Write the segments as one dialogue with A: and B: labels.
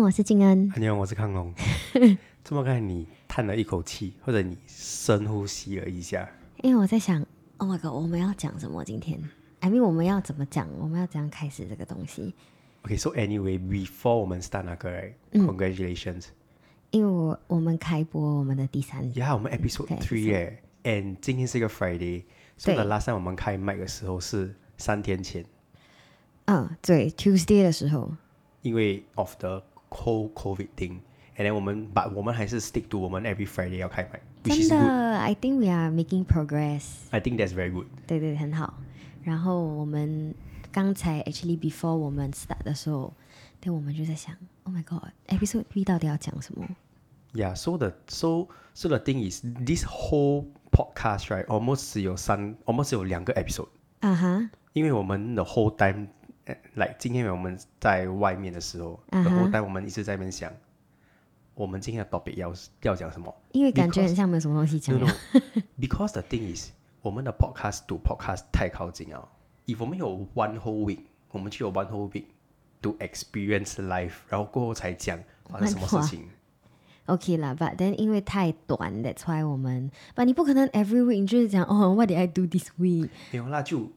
A: 我是静恩。
B: 安妞，我是 康龙。这么看你叹了一口气，或者你深呼吸了一下，
A: 因为我在想，Oh my god，我们要讲什么？今天，I mean，我们要怎么讲？我们要怎样开始这个东西？
B: Okay, so anyway, before 我们 start 那个，right?
A: 嗯
B: Congratulations.
A: 因为我我们开播我们的第三集，
B: Yeah，我们 episode
A: Okay,
B: three 哎，and 今天是一个 Friday，所以
A: 对
B: the last time 我们开麦的时候是三天前，
A: 嗯，对，Tuesday 的时候，
B: 因为 of the whole COVID thing，and then 我们把我们还是 stick to 我们 every Friday 要开麦
A: 真
B: ，which is good.
A: 的，I think we are making progress。
B: I think that's very good.
A: 对对，很好。然后我们刚才 actually before 我们 start 的时候，对，我们就在想，Oh my God，episode three 到底要讲什么？
B: Yeah, so the so so the thing is this whole podcast right almost 只有三 almost 只有两个 episode。
A: 啊哈，
B: 因为我们的 whole time，呃来，今天我们在外面的时候，
A: 嗯
B: 然
A: 哼
B: 后 time 我们一直在那边想，我们今天的 topic 要要讲什么
A: 因为感觉很像没有什么东西讲啊
B: ？No
A: 了。
B: no，because the thing is，我们的 podcast to podcast 太靠近了。if 我们有 one whole week，我们就有 one whole week to experience life，然后过后才讲发生什么事
A: 啊
B: 情。
A: OK 啦，But then 因为太短，That's why 我们，But 你不可能 every week 你就是讲哦，What did I do this week？
B: 没有，那就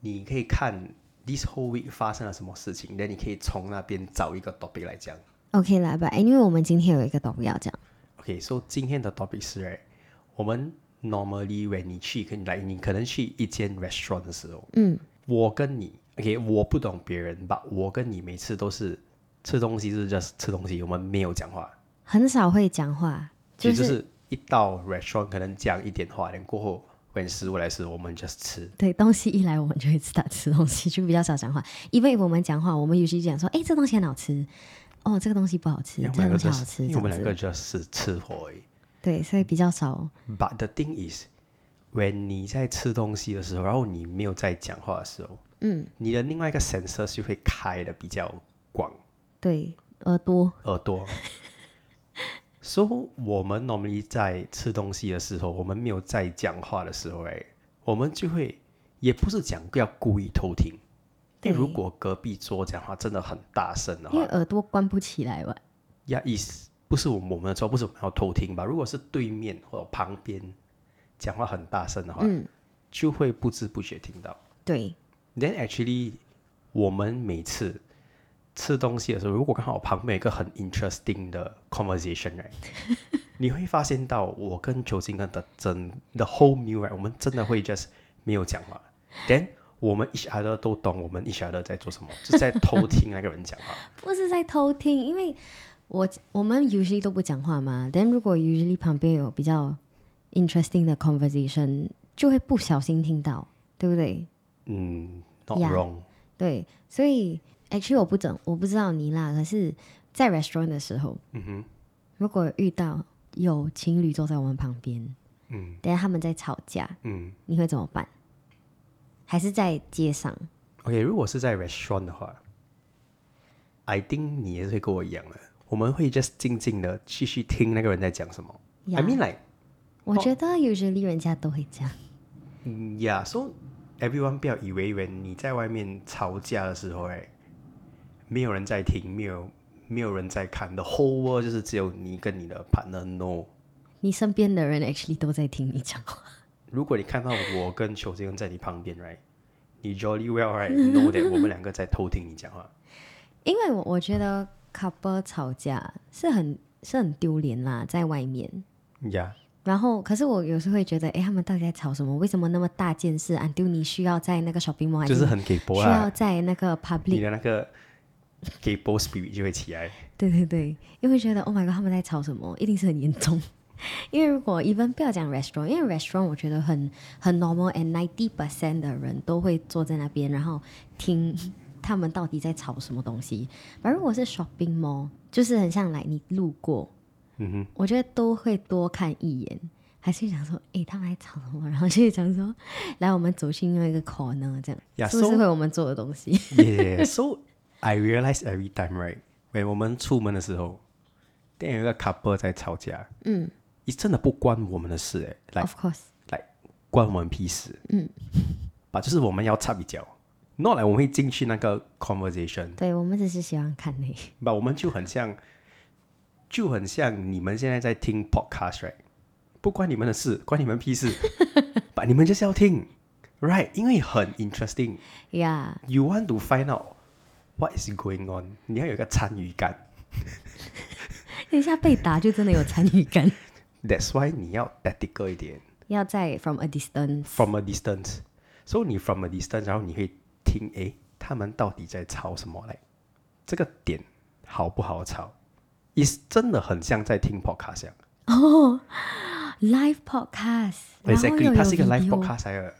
B: 你可以看 this whole week 发生了什么事情，那你可以从那边找一个 topic 来讲。
A: OK 啦，But 因为我们今天有一个 topic 要讲，
B: OK，so、今天的 topic 是，哎，我们 normally when 你去跟你来，你可能去一间 restaurant 的时候，
A: 嗯，
B: 我跟你，OK，我不懂别人吧，我跟你每次都是吃东西是 just 吃东西，我们没有讲话，
A: 很少会讲话，
B: 其
A: 就
B: 实
A: 是
B: 就是一到 restaurant 可能讲一点话，然后过后 when 食物来时，我们 just 吃。
A: 对，东西一来我们就会知道吃东西，就比较少讲话。因为我们讲话，我们有时讲说，哎，这东西很好吃，哦，这个东西不好吃，
B: 因
A: 这
B: 为我
A: 个
B: 们两个
A: 东西好
B: just，
A: 吃，
B: 因为
A: 这
B: 我们
A: 样
B: 两个
A: 子。
B: 就是吃货而已。
A: 对，所以比较少。
B: But the thing is，when 你在吃东西的时候，然后你没有在讲话的时候，
A: 嗯，
B: 你的另外一个 sensor 是会开的比较广，
A: 对，耳朵，
B: 耳 朵。so 我们 normally 在吃东西的时候，我们没有在讲话的时候，哎，我们就会也不是讲要故意偷听，因
A: 对
B: 为如果隔壁桌讲话真的很大声的
A: 因为
B: 话，
A: 耳朵关不起来吧。
B: 呀，意思不是我们我们的错，不是我们要偷听吧？如果是对面或者旁边讲话很大声的话，
A: 嗯
B: 就会不知不觉听到。
A: 对，
B: Then actually，我们每次吃东西的时候，如果刚好旁边有一个很 interesting 的 conversation，right，你 会发现到我跟酒精跟的整 the whole meal right，我们真的会 just 没有讲话。Then 我们 each other 都懂我们 each other 在做什么，就是在偷听那个人讲话。
A: 不是在偷听，因为我我们 usually 都不讲话嘛。但如果 usually 旁边有比较 interesting 的 conversation，就会不小心听到，对不对？
B: 嗯，not
A: Yeah.
B: wrong。
A: 对，所以 actually 我不懂，我不知道你啦。可是，在 restaurant 的时候，
B: 嗯哼，
A: 如果遇到有情侣坐在我们旁边，
B: 嗯
A: 等下他们在吵架，
B: 嗯。
A: 你会怎么办？还是在街上？
B: OK，如果是在 restaurant 的话，I think 你也是会跟我一样的，我们会 just 静静的继续听那个人在讲什么。I
A: Yeah.
B: mean 哦 like
A: 我觉得 usually 人家都会这样。
B: 嗯 yeah，so everyone 不要以为 when 你在外面吵架的时候，哎，没有人在听，没有没有人在看，the whole world 就是只有你跟你的 partner no。
A: 你身边的人 actually 都在听你讲话。
B: 如果你看到我跟球星在你旁边，right，你 jolly well right know that 我们两个在偷听你讲话。
A: 因为我我觉得 couple 吵架是很是很丢脸啦，在外面。
B: Yeah，
A: 然后，可是我有时候会觉得，诶，他们到底在吵什么？为什么那么大件事？until 你需要在那个 shopping mall，还
B: 就是很给博啊
A: 需
B: 啦。
A: 要在那个
B: 你
A: public，
B: 的那个 gay b o spirit 就会起来。
A: 对对对，因为觉得 Oh my god，他们在吵什么？一定是很严重。 因为如果 even 不要讲 restaurant，因为 restaurant 我觉得很很 normal，and ninety percent 的人都会坐在那边，然后听 他们到底在吵什么东西。而如果是 shopping mall，就是很像来你路过，
B: 嗯哼，
A: 我觉得都会多看一眼，还是想说，诶，他们在吵什么？然后就会想说，来，我们走去另外一个 corner，这样
B: Yeah,
A: 是不是
B: so-
A: 会我们做的东 西？
B: yeah. So I realize every time, right? when 我们出门的时候，但有一个 couple 在吵架，
A: 嗯哦
B: 也真的不关我们的事、欸，来
A: ，of course，
B: 关我们屁事。嗯，把就是我们要插一脚， not like 我们会进去那个 conversation，
A: 对我们只是喜欢看你。
B: 吧，我们就很像，就很像你们现在在听 podcast，right？不关你们的事，关你们屁事，把你们就是要听，right？因为很 interesting。
A: Yeah，
B: You want to find out what is going on？你要有一个参与感
A: 等一下被打就真的有参与感，
B: ，That's why 你要 tactical 一点
A: 要在 from a distance。
B: ，from a distance。所、so, 以你 from a distance，然后你会听，诶，他们到底在吵什么嘞？这个点好不好吵？也是真的很像在听 podcast 一样
A: live podcast，然后又
B: Exactly，
A: 有
B: 它是一个 live
A: video
B: podcast 来的，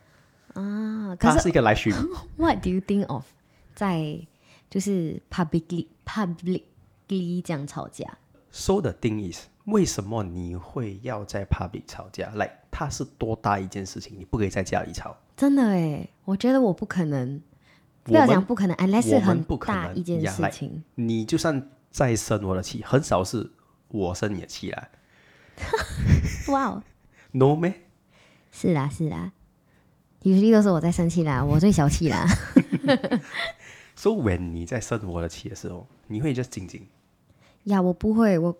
A: 啊。可
B: 它
A: 是
B: 是一个 live stream。
A: ，What do you think of 在就是 publicly publicly 这样吵架？
B: So the thing is，为什么你会要在 public 吵架？来、它是多大一件事情？你不可以在家里吵。
A: 真的哎，我觉得我不可能，
B: 我
A: 不要
B: 们
A: 讲不可能，unless 是
B: 我们
A: 很
B: 不可
A: 大
B: 能
A: 一件
B: 呀
A: 事
B: 来
A: 情。
B: 你就算再生我的气，很少是我生你的气啦
A: 哇哦，
B: ，no 咩？
A: 是啦是啦，usually 都是我在生气啦，我最小气啦。
B: So when 你在生我的气的时候，你会 just 静静，
A: 呀，我不会，我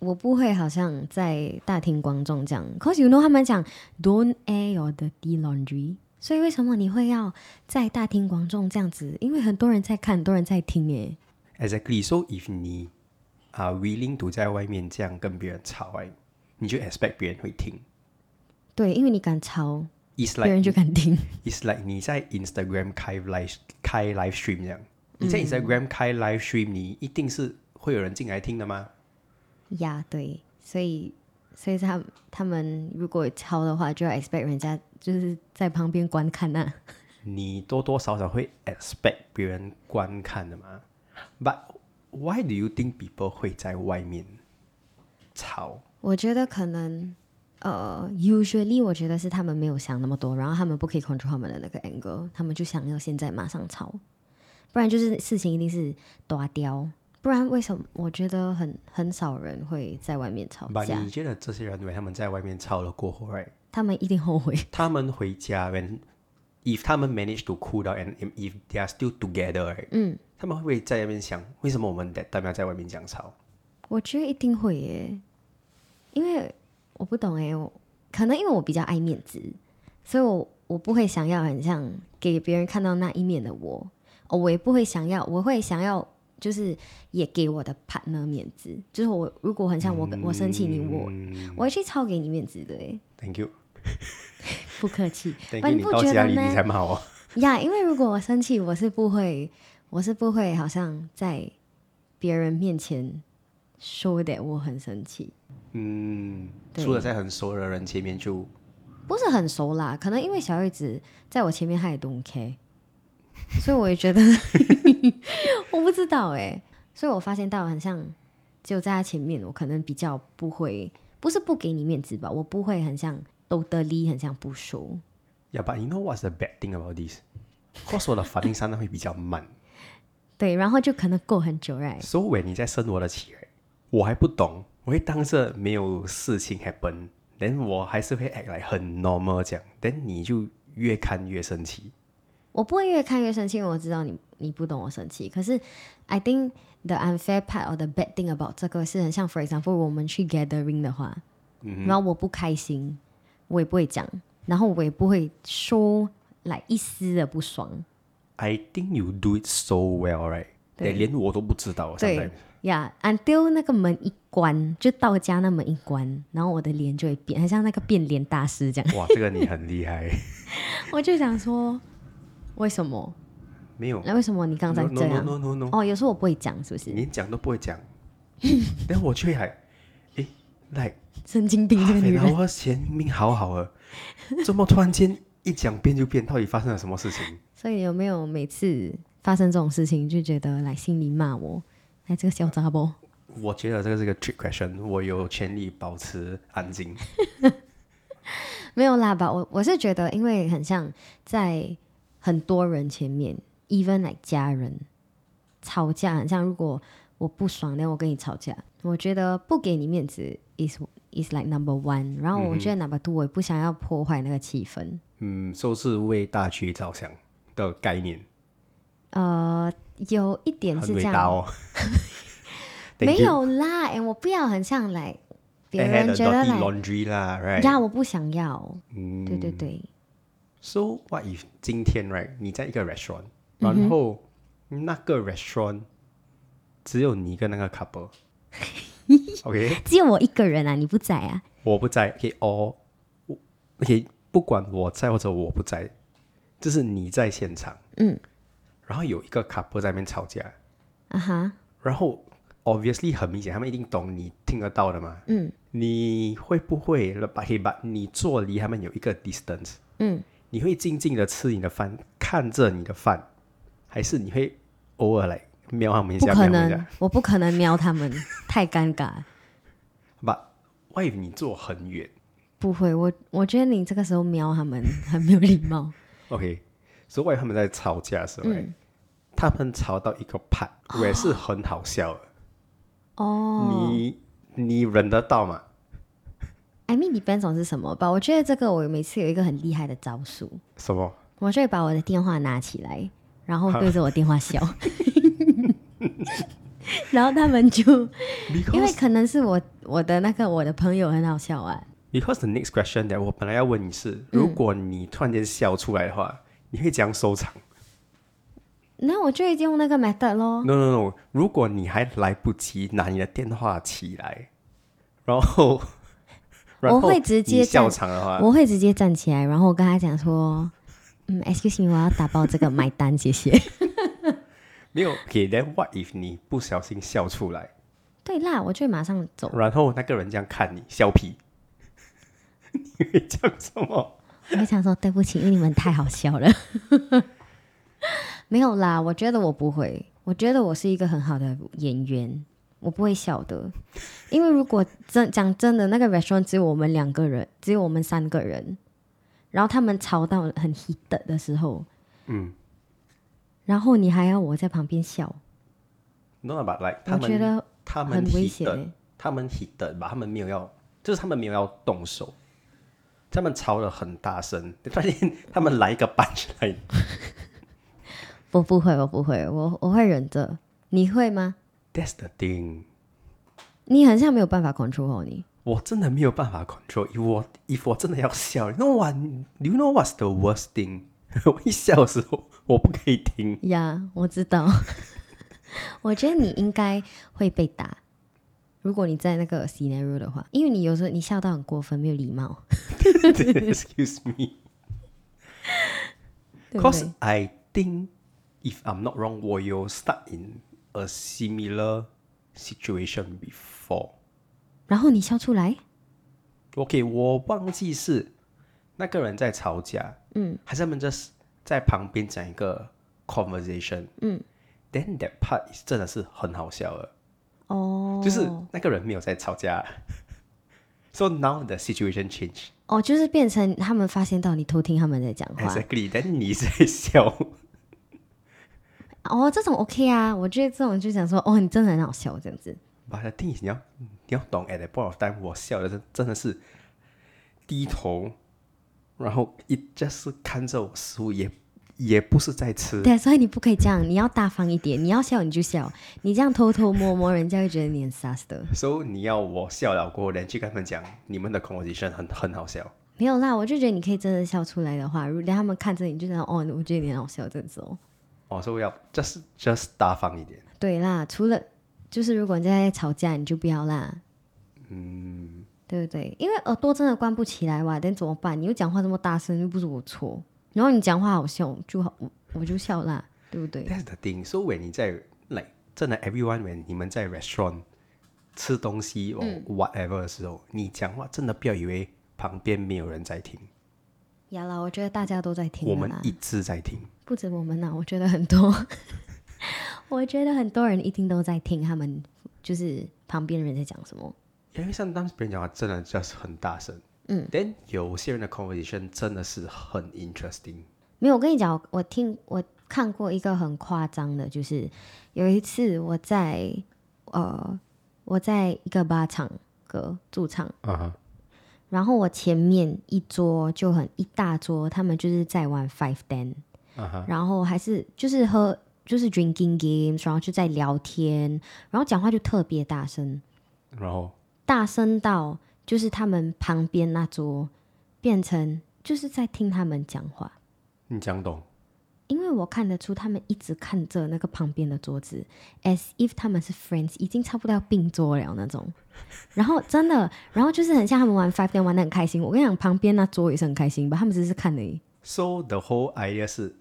A: 我不会，好像在大庭广众这样。Cause you know 他们讲 don't air your dirty laundry，所以为什么你会要在大庭广众这样子？因为很多人在看，很多人在听，诶，
B: Exactly. So if 你啊、willing to 在外面这样跟别人吵哎，你就 expect 别人会听。
A: 对，因为你敢吵，
B: It's
A: 别人
B: like
A: 就敢听。
B: it's like 你在 Instagram 开 live 开 live stream 这样，你在 Instagram 开 live stream，你一定是会有人进来听的吗？
A: 呀，对，所以所以他他们如果吵的话，就要 expect 人家就是在旁边观看啊呐、
B: 你多多少少会 expect 别人观看的嘛。But why do you think people 会在外面吵？
A: 我觉得可能呃，usually 我觉得是他们没有想那么多，然后他们不可以 control 他们的那个 angle，他们就想要现在马上吵，不然就是事情一定是大掉，不然为什么？我觉得很很少人会在外面吵
B: But
A: 架，
B: 你觉得这些人，为他们在外面吵了过后，right？
A: 他们一定后悔。
B: 他们回家，when if 他们 manage to cool down and if they are still together，right？嗯，他们会不会在那边想，为什么我们得代表在外面这样吵？
A: 我觉得一定会耶，因为我不懂哎，我可能因为我比较爱面子，所以我我不会想要很像给别人看到那一面的我，哦，我也不会想要，我会想要就是也给我的 partner 面子，就是我如果很像我、
B: 嗯
A: 我生气你，我我会去超给你面子的耶，
B: Thank you，，
A: 不客气
B: thank
A: 不
B: you，
A: 然
B: 你
A: 不
B: 到
A: 觉
B: 家
A: 得
B: 里你
A: 呢？
B: 才骂我。
A: 呀因为如果我生气，我是不会，我是不会好像在别人面前 show that 我很生气。
B: 嗯，
A: 对
B: 除了在很熟的人前面就
A: 不是很熟啦，可能因为小叶子在我前面，他也 don't care，所以我也觉得 我不知道哎、所以我发现到很像只有在他前面，我可能比较不会，不是不给你面子吧，我不会很像都得力，很像不熟。
B: Yeah, but you know what's the bad thing about this? Cause 我的反应相当会比较慢。
A: 对，然后就可能过很久 r i
B: So when 你在生我的气，我还不懂，我会当着没有事情 happen，then 我还是会 act like 很 normal 这样，then 你就越看越生气。
A: 我不会越看越生气，因为我知道你你不懂我生气。可是，I think the unfair part or the bad thing about 这个是很像，for example，我们去 gathering 的话，
B: 嗯
A: 然后我不开心，我也不会讲，然后我也不会说来一丝的不爽。
B: I think you do it so well, right?
A: 对
B: 连我都不知道。
A: 对
B: sometimes
A: 呀、yeah,，until 那个门一关，就到家那门一关，然后我的脸就会变，很像那个变脸大师这样。
B: 哇，这个你很厉害。
A: 我就想说，为什么？
B: 没有
A: 那为什么你刚才
B: no,
A: 这
B: no,
A: 样？
B: no, no, no, no.
A: 哦，有时候我不会讲，是不是？
B: 连讲都不会讲，但我却还，诶，like
A: 神经病这个
B: 然
A: 女人。
B: 后前命好好的，怎么突然间一讲变就变？到底发生了什么事情？
A: 所以有没有每次发生这种事情就觉得来心里骂我，来这个小杂包？
B: 我觉得这个是个 trick question，我有权利保持安静。
A: 没有啦吧？我我是觉得，因为很像在很多人前面，even like 家人吵架，很像如果我不爽，那我跟你吵架，我觉得不给你面子 is is like number one。然后我
B: 嗯
A: 觉得 number two，我也不想要破坏那个气氛。
B: 嗯，说是为大局着想的概念。
A: 呃，有一点
B: 很
A: 是
B: 伟
A: 这
B: 大
A: 样，
B: 哦。
A: 没有啦，哎，我不要很像来别人觉得
B: dirty
A: 来
B: laundry 啦
A: 呀，
B: ，right？
A: 我不想要，
B: 哎嗯
A: 对对对，
B: So what if 今天 right 你在一个 restaurant，然
A: 嗯
B: 后那个 restaurant 只有你跟那 个 couple 。OK，
A: 只有我一个人啊，你不在啊，
B: 我不在，OK，哦，我 OK，不管我在或者我不在，就是你在现场，
A: 嗯，
B: 然后有一个 couple 在那边吵架，
A: 啊哈，
B: 然后 obviously 很明显，他们一定懂你听得到的嘛，
A: 嗯
B: 你会不会了把可以把你坐离他们有一个 distance？
A: 嗯，
B: 你会静静的吃你的饭，看着你的饭，还是你会偶尔来瞄他们一
A: 不
B: 下？
A: 可
B: 瞄他们一
A: 能
B: 下。，
A: 我不可能瞄他 们，太尴尬了，
B: 把外你坐很远
A: 不会，我我觉得你这个时候瞄他们 很没有礼貌，
B: ，OK。所以外他们在吵架的时候，right？他
A: 嗯
B: 们吵到一个 part，我也是很好笑的。
A: 哦
B: 你你忍得到吗？
A: ，I mean depends on 是什么吧，我觉得这个我每次有一个很厉害的招数，
B: 什么？
A: 我就会把我的电话拿起来，然后对着我电话 笑， 然后他们就因为
B: Because
A: 可能是我我的那个我的朋友很好笑啊，
B: because the next question that 我本来要问你
A: 嗯
B: 是，如果你突然间笑出来的话，你会怎样收场？
A: 那我就已经用那个 method 咯。
B: No No No！如果你还来不及拿你的电话起来，然后然后
A: 我会直接
B: 你笑
A: 站
B: 场的话，
A: 我会直接站起来，然后我跟他讲说，嗯，excuse me，我要打包这个买单，谢谢。
B: 没有给。Then what if 你不小心笑出来，
A: 对啦，我就会马上走。
B: 然后那个人这样看你笑屁，你会讲什么？
A: 我会想说对不起，因为你们太好笑了。 没有啦，我觉得我不会，我觉得我是一个很好的演员，我不会笑的。因为如果真讲真的，那个 restaurant 只有我们两个人，只有我们三个人，然后他们吵到很 heat 的时候，
B: 嗯，
A: 然后你还要我在旁边笑，
B: No but like 他
A: 我觉
B: 们
A: 得
B: 他们
A: 很危险、
B: heated，
A: 欸。
B: 他们 hit 吧，他们没有要，就是他们没有要动手，他们吵得很大声，突然间他们来一个 punch line，
A: 我不会，我不会，我我会忍着。你会吗？
B: That's the thing。
A: 你很像没有办法 control 你。
B: 我真的没有办法 control。if 我 if 我真的要笑，you know what? You know what's the worst thing？我一笑的时候，我不可以 停。
A: 呀我知道。 我觉得你应该会被打，如果你在那个 scenario 的话，因为你有时候你笑到很过分，没有礼貌，
B: Excuse me.
A: 对不
B: Cause
A: 对？
B: I think if I'm not wrong，我有 stuck in a similar situation before。
A: 然后你笑出来，
B: OK，我忘记是那个人在吵架，嗯，还是他们在在旁边讲一个 conversation，嗯，then that part is 真的是很好笑的。
A: 哦，
B: 就是那个人没有在吵架。So now the situation change.
A: 哦，就是变成他们发现到你偷听他们在讲话，
B: Exactly. Then 你在笑，
A: 哦，这种 OK 啊，我觉得这种就想说，哦，你真的很好笑这样子，
B: 把它定义。你要你要懂，at the point of time，我笑的真真的是低头，然后一就是看着我食物，也也不是在吃。
A: 对，所以你不可以这样，你要大方一点，你要笑你就笑，你这样偷偷摸摸，人家会觉得你很 sus 的。
B: So 你要我笑了过后，连去跟他们讲，你们的 conversation 很很好笑。
A: 没有啦，我就觉得你可以真的笑出来的话，如果他们看着你就想，哦，我觉得你很好笑这种。
B: 哦，所以要 just just 大方一点。
A: 对啦，除了就是如果你在吵架，你就不要啦，
B: 嗯，
A: 对不对？因为耳朵真的关不起来哇，但怎么办？你又讲话这么大声，又不是我错，然后你讲话好笑，就好，我我就笑啦，对不对？
B: That's the thing. So when 你在 like 真的 everyone when 你们在 restaurant 吃东西 or
A: 嗯
B: whatever 的时候，你讲话真的不要以为旁边没有人在听，
A: 呀啦，我觉得大家都在听
B: 我
A: 的
B: 们
A: 啦，
B: 一直在听。
A: 不止我们呐、我觉得很多， 我觉得很多人一定都在听，他们就是旁边人在讲什么。
B: 因为像当时别人讲话真的 just 很大声，嗯，then 有些人的 conversation 真的是很 interesting。
A: 没有，我跟你讲，我听我看过一个很夸张的，就是有一次我在呃我在一个吧唱歌驻唱，
B: 啊哈，
A: 然后我前面一桌就很一大桌，他们就是在玩 Five Dan，、
B: 啊哈，
A: 然后还是就是喝就是 drinking games，然后就在聊天，然后讲话就特别大声，
B: 然后
A: 大声到就是他们旁边那桌变成就是在听他们讲话。
B: 你讲懂，
A: 因为我看得出他们一直看着那个旁边的桌子，as if 他们是 friends，已经差不多要并桌了那种。然后真的，然后就是很像他们玩 Five Day 玩的很开心。我跟你讲，旁边那桌也是很开心吧，他们只是看而已。
B: So the whole idea 是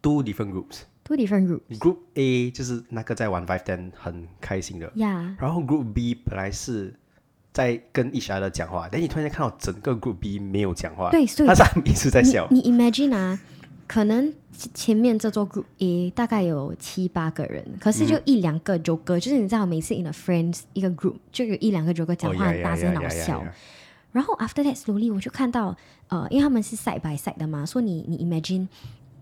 B: two different groups.
A: Two different group,
B: Group A 就是那个在玩 Five Ten 很开心的，
A: yeah，
B: 然后 Group B 本来是在跟 each other 讲话，但你突然间看到整个 Group B 没有讲话，
A: 对所以
B: 他是他们一直在笑。
A: 你 imagine 啊，可能前前面这桌 Group A 大概有七八个人，可是
B: 嗯
A: 就一两个 Joker，、就是你知道，每次 in a friends 一个 group 就有一两个 Joker 讲
B: 哦
A: 话
B: 呀
A: 很
B: 呀
A: 大
B: 呀
A: 声，然后
B: 呀呀
A: 笑。
B: 呀
A: 然后 after that slowly 我就看到，呃，因为他们是 side by side 的嘛，说你你 imagine，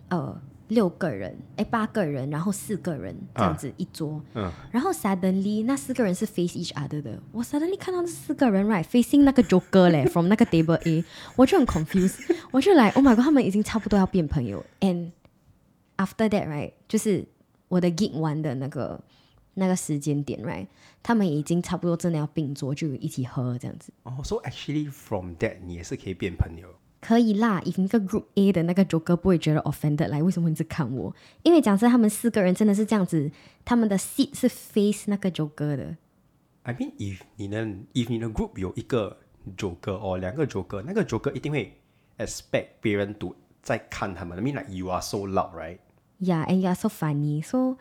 A: 呃，六个人，哎，八个人，然后四个人这样子一桌，
B: 嗯
A: 然后 suddenly 那四个人是 face each other 的，我 suddenly 看到这四个人 right facing 那个 joker 嘞 from 那个 table A，我就很 confused，我就来 oh my god，他们已经差不多要变朋友，and after that right 就是我的 gig 完的那个那个时间点 right，他们已经差不多真的要并桌，就一起喝这样子。
B: 哦、s o actually from that 你也是可以变朋友。
A: 可以啦，以那个 Group A 的那个 Joker 不会觉得 offended 来，为什么你只看我？因为讲真，他们四个人真的是这样子，他们的 seat 是 face 那个 Joker 的，
B: I mean if 你能 if 你的 group 有一个 joker 哦，两个 joker，那个 joker 一定会 expect 别人 to 在看他们。I mean like you are so loud right？
A: 呀、yeah,，and you are so funny，so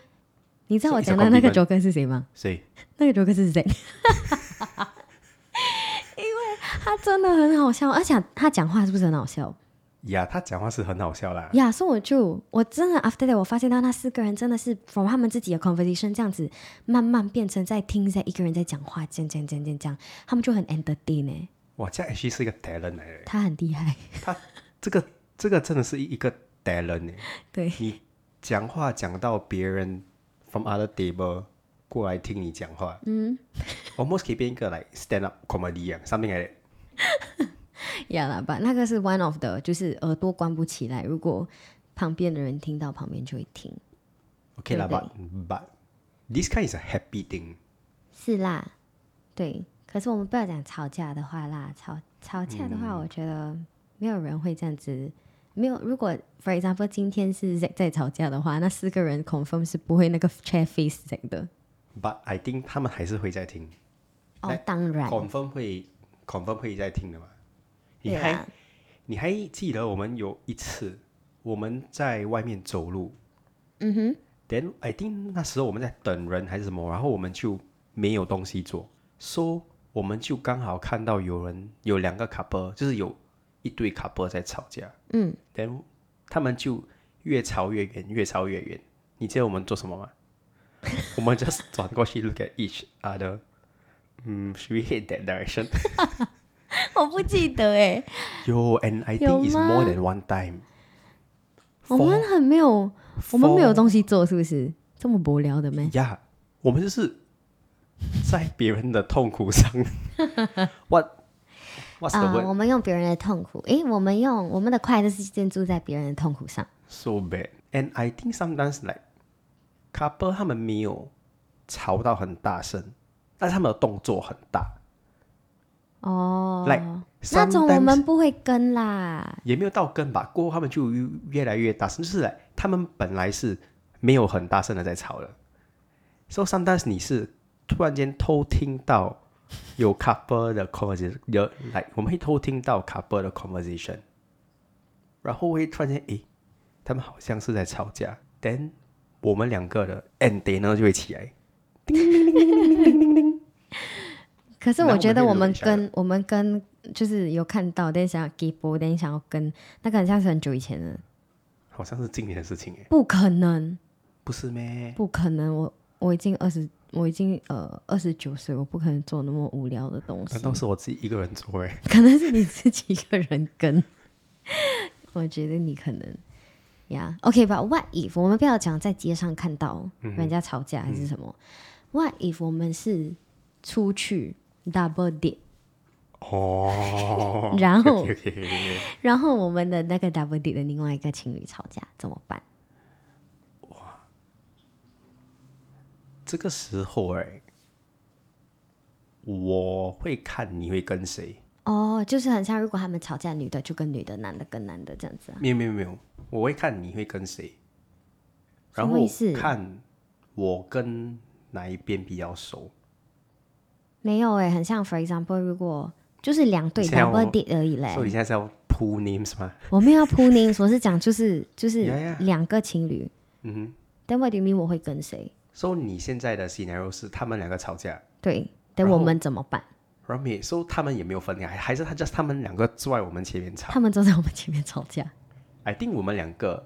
A: 你知道
B: So
A: 我
B: it's a
A: 讲的那个
B: compliment
A: Joker 是谁吗？
B: 所以
A: 那个 Joker 是 谁？因为他真的很好笑，而且他讲话是不是很好笑？
B: 呀，他讲话是很好笑啦。
A: 呀，所以我就我真的 after that，我发现到那四个人真的是 from 他们自己的 conversation 这样子，慢慢变成在听在一个人在讲话，讲讲讲讲讲，他们就很 entertain 呢、
B: 哇，这样 actually 是一个 talent 来的，
A: 他很厉害，
B: 他这个这个真的是一个 talent 哎。
A: 对
B: 你讲话讲到别人 from other table 过来听你讲话，嗯，almost 可以变一个 like stand up comedy 一样，something like that。
A: 呀啦吧，那个是 one of the，就是耳朵关不起来，如果旁边的人听到，旁边就会听。
B: OK 啦
A: 对
B: ，but but this kind is a happy thing。
A: 是啦，对。可是我们不要讲吵架的话啦，吵吵架的话，我觉得没有人会这样子。没有，如果 for example 今天是 Zack 在吵架的话，那四个人 confirm 是不会那个 chair face Zack 的。
B: But I think 他们还是会在听
A: 哦
B: 来，
A: 当然，
B: ，confirm 会 confirm 会在听的嘛。你
A: 对啊
B: 还、
A: 啦，
B: 你还记得我们有一次我们在外面走路，嗯哼，then I think 那时候我们在等人还是什么，然后我们就没有东西做，so 我们就刚好看到有人有两个 couple，就是有一对 couple 在吵架，嗯，then 他们就越吵越远，越吵越远。你知道我们做什 么吗？我们 just 转过去 look at each other。嗯，should we head that direction？
A: 我不记得哎、
B: 有，and I
A: 有
B: think it's more
A: 吗
B: than one time。
A: 我们很没有，我们没
B: for-
A: 有东西做，是不是？这么无聊的咩？
B: 呀我们就是在别人的痛苦上 ，what what's
A: 啊、
B: the word、
A: 我们用别人的痛苦，诶，我们用我们的快乐是建筑在别人的痛苦上。
B: so bad? And I think sometimes like couple 他们没有吵到很大声，但是他们的动作很大
A: 哦，
B: ，like
A: 那种我
B: sometimes
A: 们不会跟啦。
B: 也没有到根吧，过后他们就越越来越大声，就是来他们本来是没有很大声的在吵的，so sometimes 你是突然间偷听到有 couple 的 conversation，有 like 我们会偷听到 couple 的 conversation，然后会突然间诶，他们好像是在吵架，then 我们两个的 antenna 就会起来，
A: 可是
B: 那我
A: 我
B: 们
A: 觉得
B: 会
A: 我
B: 录
A: 们
B: 一下
A: 跟我们跟就是有看到，但想要 g i v e 但想要跟那个很像是很久以前的，
B: 好像是今年的事情诶，
A: 不可能，
B: 不是咩？
A: 不可能，我我已经二十，我已经呃二十九岁，我不可能做那么无聊的东西
B: 难，道是我自己一个人做诶？
A: 可能是你自己一个人跟， 我觉得你可能。呀、yeah.，OK 吧？What if 我们不要讲在街上看到
B: 嗯
A: 人家吵架还是什么、w h a t if 我们是出去 double date，，
B: 哦
A: 然后
B: OK，OK，OK，OK，OK。
A: 然后我们的那个 double date 的另外一个情侣吵架怎么办？
B: 这个时候哎，我会看你会跟谁。
A: 哦，就是很像，如果他们吵架，女的就跟女的，男的跟男的这样子啊。
B: 没有没有没有，我会看你会跟谁，
A: 什
B: 然
A: 么
B: 后
A: 意思
B: 看我跟哪一边比较熟。
A: 没有哎、很像，for example，如果就是两对
B: 你现在
A: double
B: 我
A: date 而已嘞
B: 所以。你现在是要 pull names 吗？
A: 我没有要扑您，我是讲就是就是
B: Yeah, yeah.
A: 两个情侣。
B: 嗯哼。
A: 但 what do you mean 我会跟谁？
B: 所、so, 以你现在的 scenario 是他们两个吵架，
A: 对，但
B: 然后
A: 我们怎么办？
B: 然后没，所、以他们也没有分开，还还是他 just 他们两个坐在我们前面吵。
A: 他们都在我们前面吵架。
B: I think 我们两个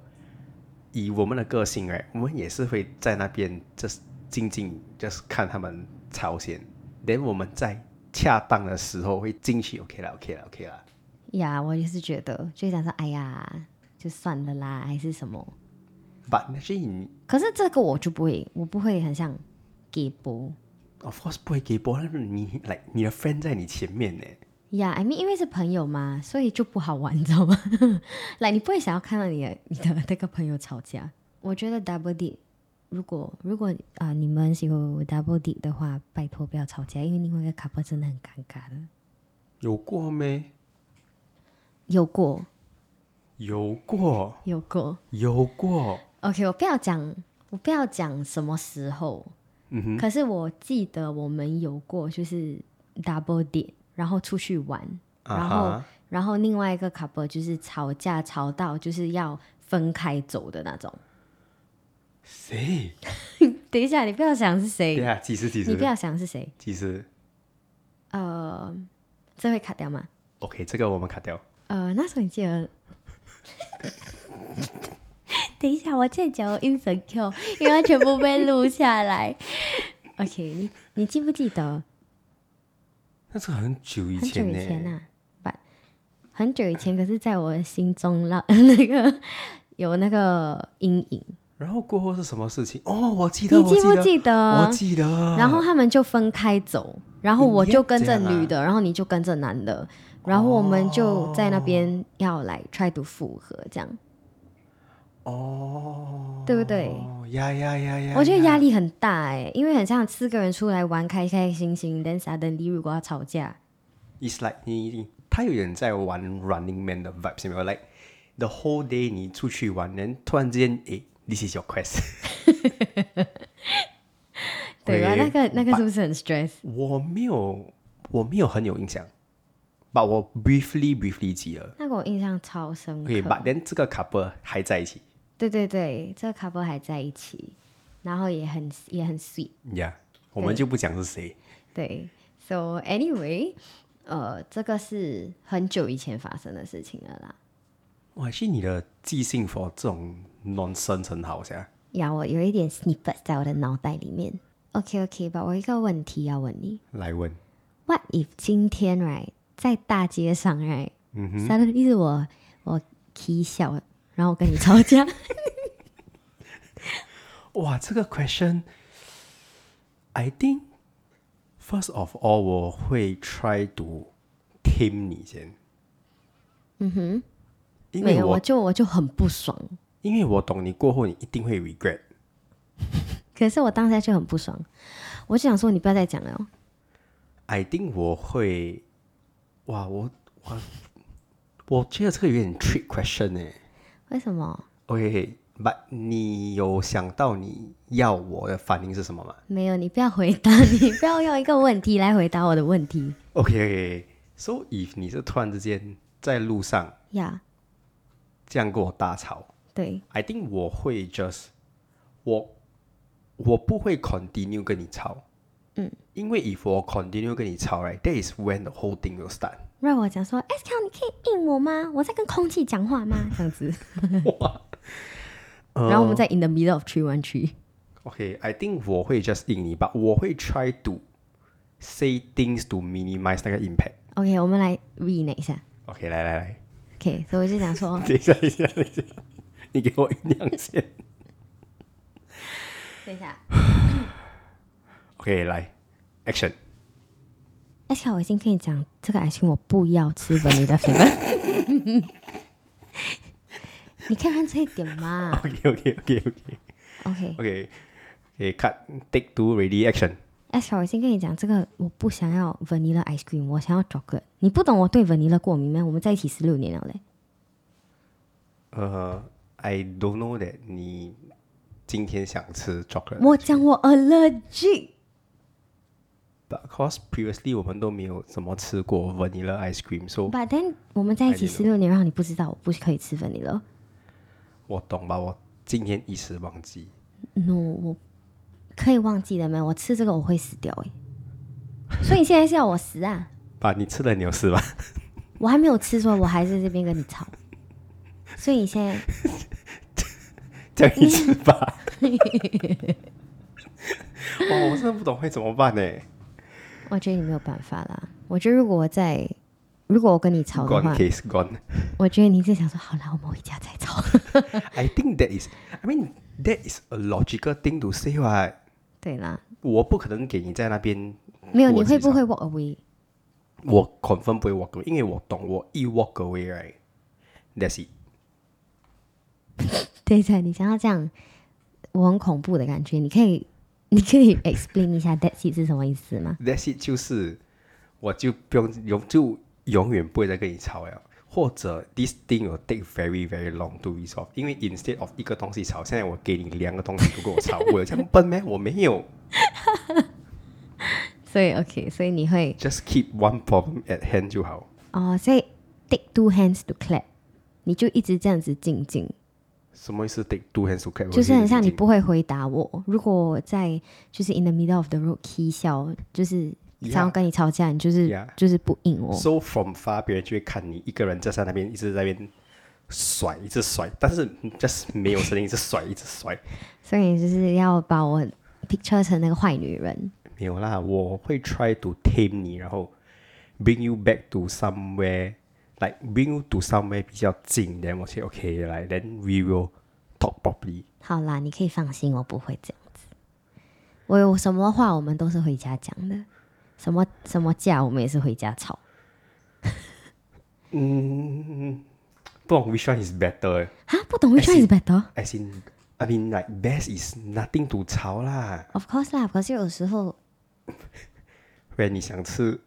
B: 以我们的个性哎，我们也是会在那边 just 静静 just 看他们吵先，等我们在恰当的时候会进去，OK 啦，OK 啦，OK 啦。
A: 呀、我也是觉得，就想说，哎呀，就算了啦，还是什么。
B: But actually 你
A: 可是这个我就不会，我不会很像 gay 波
B: of course 不会给波，但是你 like 你的 friend 在你前面呢，
A: 呀。I mean，因为是朋友嘛，所以就不好玩，你 知道吗？来，你不会想要看到你的你的那个朋友吵架。我觉得 double D，如果如果啊、你们喜欢 double D 的话，拜托不要吵架，因为另外一个 couple 真的很尴尬的。
B: 有过没？
A: 有过，
B: 有过，
A: 有过。
B: 有过，
A: OK，我不要讲，我不要讲什么时候。
B: 嗯哼，
A: 可是我记得我们有过就是 double date，然后出去玩，然后、
B: 啊哈
A: 然后另外一个 couple 就是吵架吵到就是要分开走的那种。
B: 谁？
A: 等一下，你不要想是
B: 对
A: 谁，
B: 啊，几时几
A: 哎你不
B: 时
A: 要想是谁，
B: 几时
A: 呃，这会卡掉吗？
B: ？OK，这个我们卡掉。
A: 呃，那时候你记得。 等一下，我再讲我 insecure，因为它全部被录下来。OK，你你记不记得
B: 那是很久以
A: 很久
B: 前
A: 以
B: 呢、
A: 前啊，不，很久以前，可是在我的心中让那个有那个阴影，
B: 然后过后是什么事情？哦，我记得，
A: 你
B: 我
A: 记不
B: 得，
A: 记得
B: 我？记得。
A: 然后他们就分开走，然后
B: 你
A: 我
B: 也
A: 就跟着
B: 这样啊
A: 女的，然后你就跟着男的，然后我们就在那边要来 try to 复合，这样
B: 哦，
A: 对不对？
B: 哦呀呀呀呀！
A: 我觉得
B: 呀
A: 压力很大哎、因为很像四个人出来玩，开开心心，但 suddenly 如果要吵架，
B: It's like 你你他有点在玩 Running Man 的 vibes，有没有？Like the whole day 你出去玩，然后突然之间，诶 t h i s is your quest。
A: 对吧？
B: 喂
A: 那个那个是不是很 stress？
B: 我没有，我没有很有印象，把我 briefly briefly 记了。
A: 那个我印象超深刻。
B: OK，把 then 这个 couple 还在一起
A: 对对对，这个 couple 还在一起，然后也很也很 sweet。
B: ，Yeah，我们
A: 对
B: 就不讲是谁。
A: 对，so anyway，呃，这个是很久以前发生的事情了啦。
B: 哇，是你的记性 for 这种 nonsense 很好噻。
A: 呀，我有一点 snippet 在我的脑袋里面。OK OK，吧，我有一个问题要问你
B: 来问，
A: ：What if 今天 right 在大街上 right，
B: 嗯哼，
A: 三的意思我我 k 笑，然后我跟你吵架，
B: 哇，这个 question，I think first of all 我会 try to tame 你先。嗯哼， 因
A: 嗯没
B: 为
A: 有，我
B: 我
A: 就我就很不爽。
B: 因为我懂你过后，你一定会 regret。
A: 可是我当下就很不爽，我就想说你不要再讲了哦。
B: I think 我会，哇，我我我觉得这个有点 trick question 呢、
A: 为什么？
B: OK，but、你有想到你要我的反应是什么吗？
A: 没有，你不要回答，你不要用一个问题来回答我的问题
B: OK，, okay. so if 你是突然之间在路上
A: 呀。
B: 这样跟我大吵
A: 对，
B: ，I think 我会 just 我我不会 continue 跟你吵，嗯，因为 if 我 continue 跟你吵，right，that is when the whole thing will start。
A: 让我讲说，S K，你可以应我吗？我在跟空气讲话吗？这样 子，然
B: 呃
A: 后我们再 in the middle of tree one tree。
B: OK，I、think 我会 just 应你吧，我会 try to say things to minimize 那个 impact。
A: OK，我们来 re 那一下。
B: OK，来来 来，，
A: OK，所以我就讲说
B: 等一下，等一下，等一下，你给我酝酿先。
A: 等一下
B: OK，来，Action。
A: ，S K，我已经跟你讲，这个 ice cream 我不要吃 vanilla flavor。你可以认真一点嘛
B: OK，OK，OK，OK。
A: ？OK，
B: OK， Okay, cut. Take two. Ready. Action.
A: S 我先跟你讲，这个我不想要 vanilla ice cream，我想要 chocolate。你不懂我对 vanilla 过敏吗？我们在一起十六年了嘞。
B: 呃，I don't know that 你今天想吃 chocolate，
A: 我讲我 allergic，
B: but of course previously 我们都没有怎么吃过 vanilla ice cream，so
A: but then 我们在一起
B: I didn't
A: 十六年，然后你不知道我不可以吃 vanilla。
B: 我懂吧？我今天一时忘记。
A: No，我可以忘记了没？我吃这个我会死掉诶、所以你现在是要我死啊？
B: 把你吃了你有事吧？
A: 我还没有吃，所以我还在这边跟你吵。所以你现在
B: 叫你吃吧。哇，我真的不懂会怎么办呢？欸
A: 我觉得你没有办法啦。我觉得如果我在，如果我跟你吵的
B: Gone
A: 话，
B: case gone.
A: 我觉得你是想说，好啦，我们回家再吵。
B: I think that is, I mean that is a logical thing to say. 哇，
A: 对啦，
B: 我不可能给你在那边
A: 没有，
B: 我
A: 你
B: 自己
A: 会不会 walk away？
B: 我 confirm 不会 walk away，因为我懂，我一 walk away right，that's it。
A: 对对，你想要这样，我很恐怖的感觉。你可以， 你可以 explain 一下 that's it 是什么意思吗？
B: That's it 就是我就不用永就永远不会再跟你吵了，或者 this thing will take very very long to resolve，因为 instead of 一个东西吵，现在我给你两个东西不跟我吵，我有这样笨 咩？我没有
A: 所以 OK，所以你会
B: ，just keep one problem at hand 就好。
A: 哦，所以 take two hands to clap，你就一直这样子静静，
B: 什么意思？take two hands to clap？
A: 就是很像你
B: 我
A: 不会回答我。如果我在就是 in the middle of the road 踢笑，就是想要
B: Yeah
A: 跟你吵架，你就是
B: Yeah
A: 就是不应我。
B: So from 发别人就会看你一个人就在那边一直在那边甩，一直甩，但是 just 没有声音，一直甩，一直甩。
A: 所以你就是要把我 picture 成那个坏女人。
B: 没有啦，我会 try to tame 你，然后 bring you back to somewhere like bring you to somewhere 比较近，then 我说 OK，来、then we will talk properly。
A: 好啦，你可以放心，我不会这样子。我有什么话我们都是回家讲的，什么什么架我们也是回家吵。
B: 不懂 which one is better。
A: 哈，不懂 which one is better。
B: As in, I mean like best is nothing to 吵啦。
A: Of course 啦，可是有时候
B: when 你想吃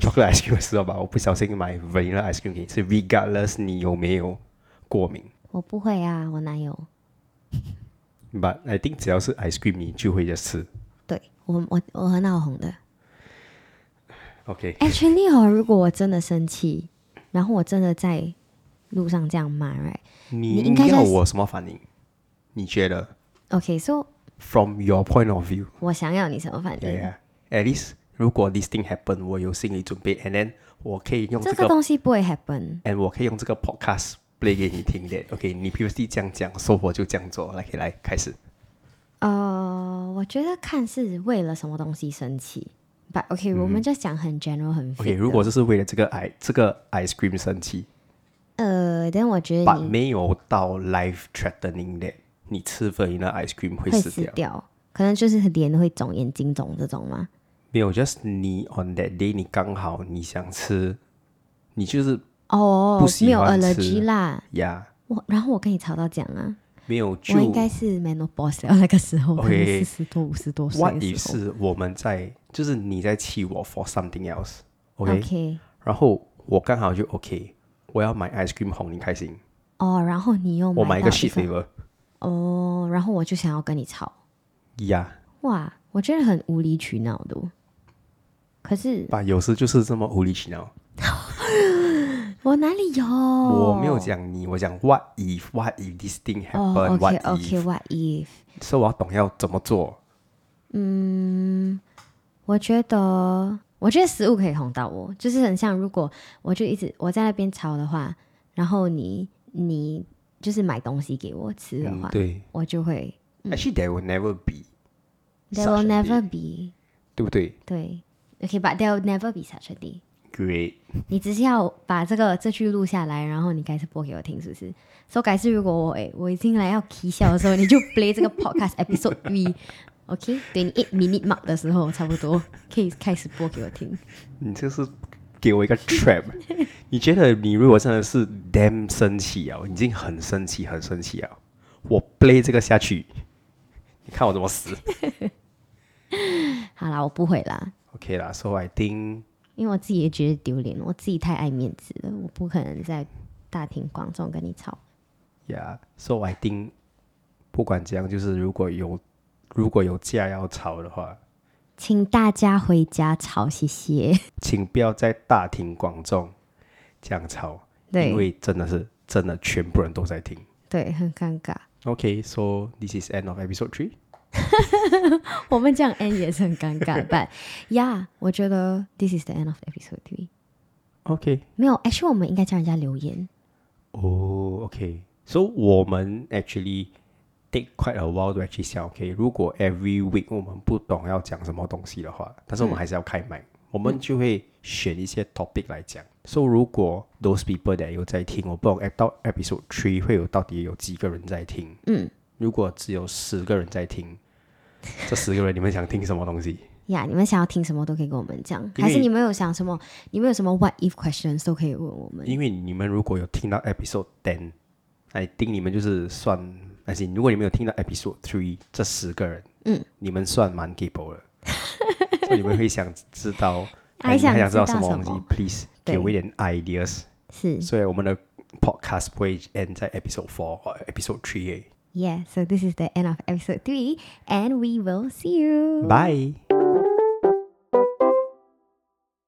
B: chocolate ice cream 的时候吧，我不小心买 vanilla ice cream 给你吃，regardless 你有没有过敏。
A: 我不会啊，我哪有？
B: But I think 只要是 ice cream 你就会就吃。
A: 对我我我很好哄的。
B: OK，
A: Actually 哦，如果我真的生气，然后我真的在路上这样骂，right？OK，so、
B: 你
A: 应该
B: 要
A: 在
B: 我什么反应？你觉得
A: so
B: from your point of view？
A: 我想要你什么反应
B: Yeah, yeah. At least 如果 this thing happen，我有心理准备，and then 我可以用这
A: 这
B: 个
A: 个东西不会 happen。
B: a n d 我可以用这个 podcast play 给你听的。OK，你 previously 这样讲，所以我就这样做。来，来开始。
A: 呃，我觉得看是为了什么东西生气。But OK，、我们就讲很 general 很 fit
B: OK，
A: 的
B: 嗯如果这是为了这个 i 这个 ice cream 生气
A: 呃，但我觉得
B: ，but
A: 你
B: 没有到 life threatening 的，你吃 vanilla ice cream 会
A: 会
B: 死
A: 死
B: 掉。
A: 掉，可能就是脸会肿、眼睛肿这种嘛。
B: 没有，just 你 on that day 你刚好你想吃，你就是
A: 哦、
B: 不喜
A: 没有
B: 欢吃
A: allergy 啦。
B: 呀
A: 我然后我跟你吵到讲啊，
B: 没有就
A: 我应该是 menopause 了那个时候，可能
B: OK
A: 四十多、五十多岁
B: what
A: 的
B: if
A: 时候。
B: 是我们在就是你在气我 for something else，OK？、
A: OK，
B: 然后我刚好就 OK，我要买 ice cream 哄你开心，
A: 哦，然后你又
B: 我买
A: 买
B: 一
A: 到
B: 个 shit flavor，
A: 哦，然后我就想要跟你吵，
B: 呀，
A: 哇，我觉得很无理取闹的哦。可是
B: 吧，有时就是这么无理取闹。
A: 我哪里有？
B: 我
A: 我
B: 没有讲你，我讲 What if What if this thing
A: 哦
B: happen、
A: ，OK
B: What if？
A: OK，What if？
B: 所以我要懂要怎么做。
A: 我觉得，我觉得食物可以哄到我，就是很像，如果我就一直我在那边吵的话，然后你你就是买东西给我吃的话，嗯
B: 嗯对
A: 我就会
B: ，Actually there will never be，
A: there
B: Such a
A: will never
B: day
A: be
B: 对不对
A: 对，OK，but、there will never be such a day。
B: ？Great，
A: 你只是要把这个这句录下来，然后你改次播给我听，是不是？所以改次如果我诶我已经来要 k 笑的时候，你就 play 这个 podcast episode three，OK？、对你 eight minute mark 的时候，差不多可以开始播给我听。
B: 你这是给我一个 trap。你觉得你如果真的是 damn 生气啊，你已经很生气很生气啊，我 play 这个下去，你看我怎么死
A: 好啦，我不会啦，
B: ？OK 啦，So I think
A: 因为我自己也觉得丢脸，我自己太爱面子了，我不可能在大庭广众跟你吵。
B: yeah，So I think 不管怎样，就是如果有如果有架要吵的话，
A: 请大家回家吵，谢 谢。
B: 请不要在大庭广众这样吵，因
A: 对
B: 为真的是真的全部人都在听。
A: 对，很尴尬。
B: OK，so、this is end of episode three。
A: 我们这样 end 也是很尴尬，but yeah，我觉得 this is the end of episode three。
B: OK，
A: 没有，actually 我们应该叫人家留言。
B: 哦、o k so 我们 actually take quite a while to actually 想，OK，如果 every week 我们不懂要讲什么东西的话，但是我们还是要开麦，我们就会选一些 topic 来讲。So 如果 those people that 有在听，我不懂 ep- 到 episode three 会有到底有几个人在听？
A: 嗯，
B: 如果只有十个人在听，这十个人你们想听什么东西？
A: 呀、你们想要听什么都可以跟我们讲，
B: 因为
A: 还是你们有想什么，你们有什么 what if questions 都可以问我们。
B: 因为你们如果有听到 episode ten，哎，定你们就是算，而且如果你们有听到 episode three，这十个人，嗯，你们算蛮 capable 了，所以你们会想知道，
A: 还
B: 哎你们
A: 想
B: 还想
A: 知
B: 知
A: 道
B: 道什么
A: 什
B: 东西
A: 么
B: ？Please
A: 对
B: 给我一点 ideas。
A: 是
B: 所以我们的 podcast 不会 end 在 episode four 或 episode three，
A: ，yeah，so this is the end of episode three，and we will see you。
B: bye。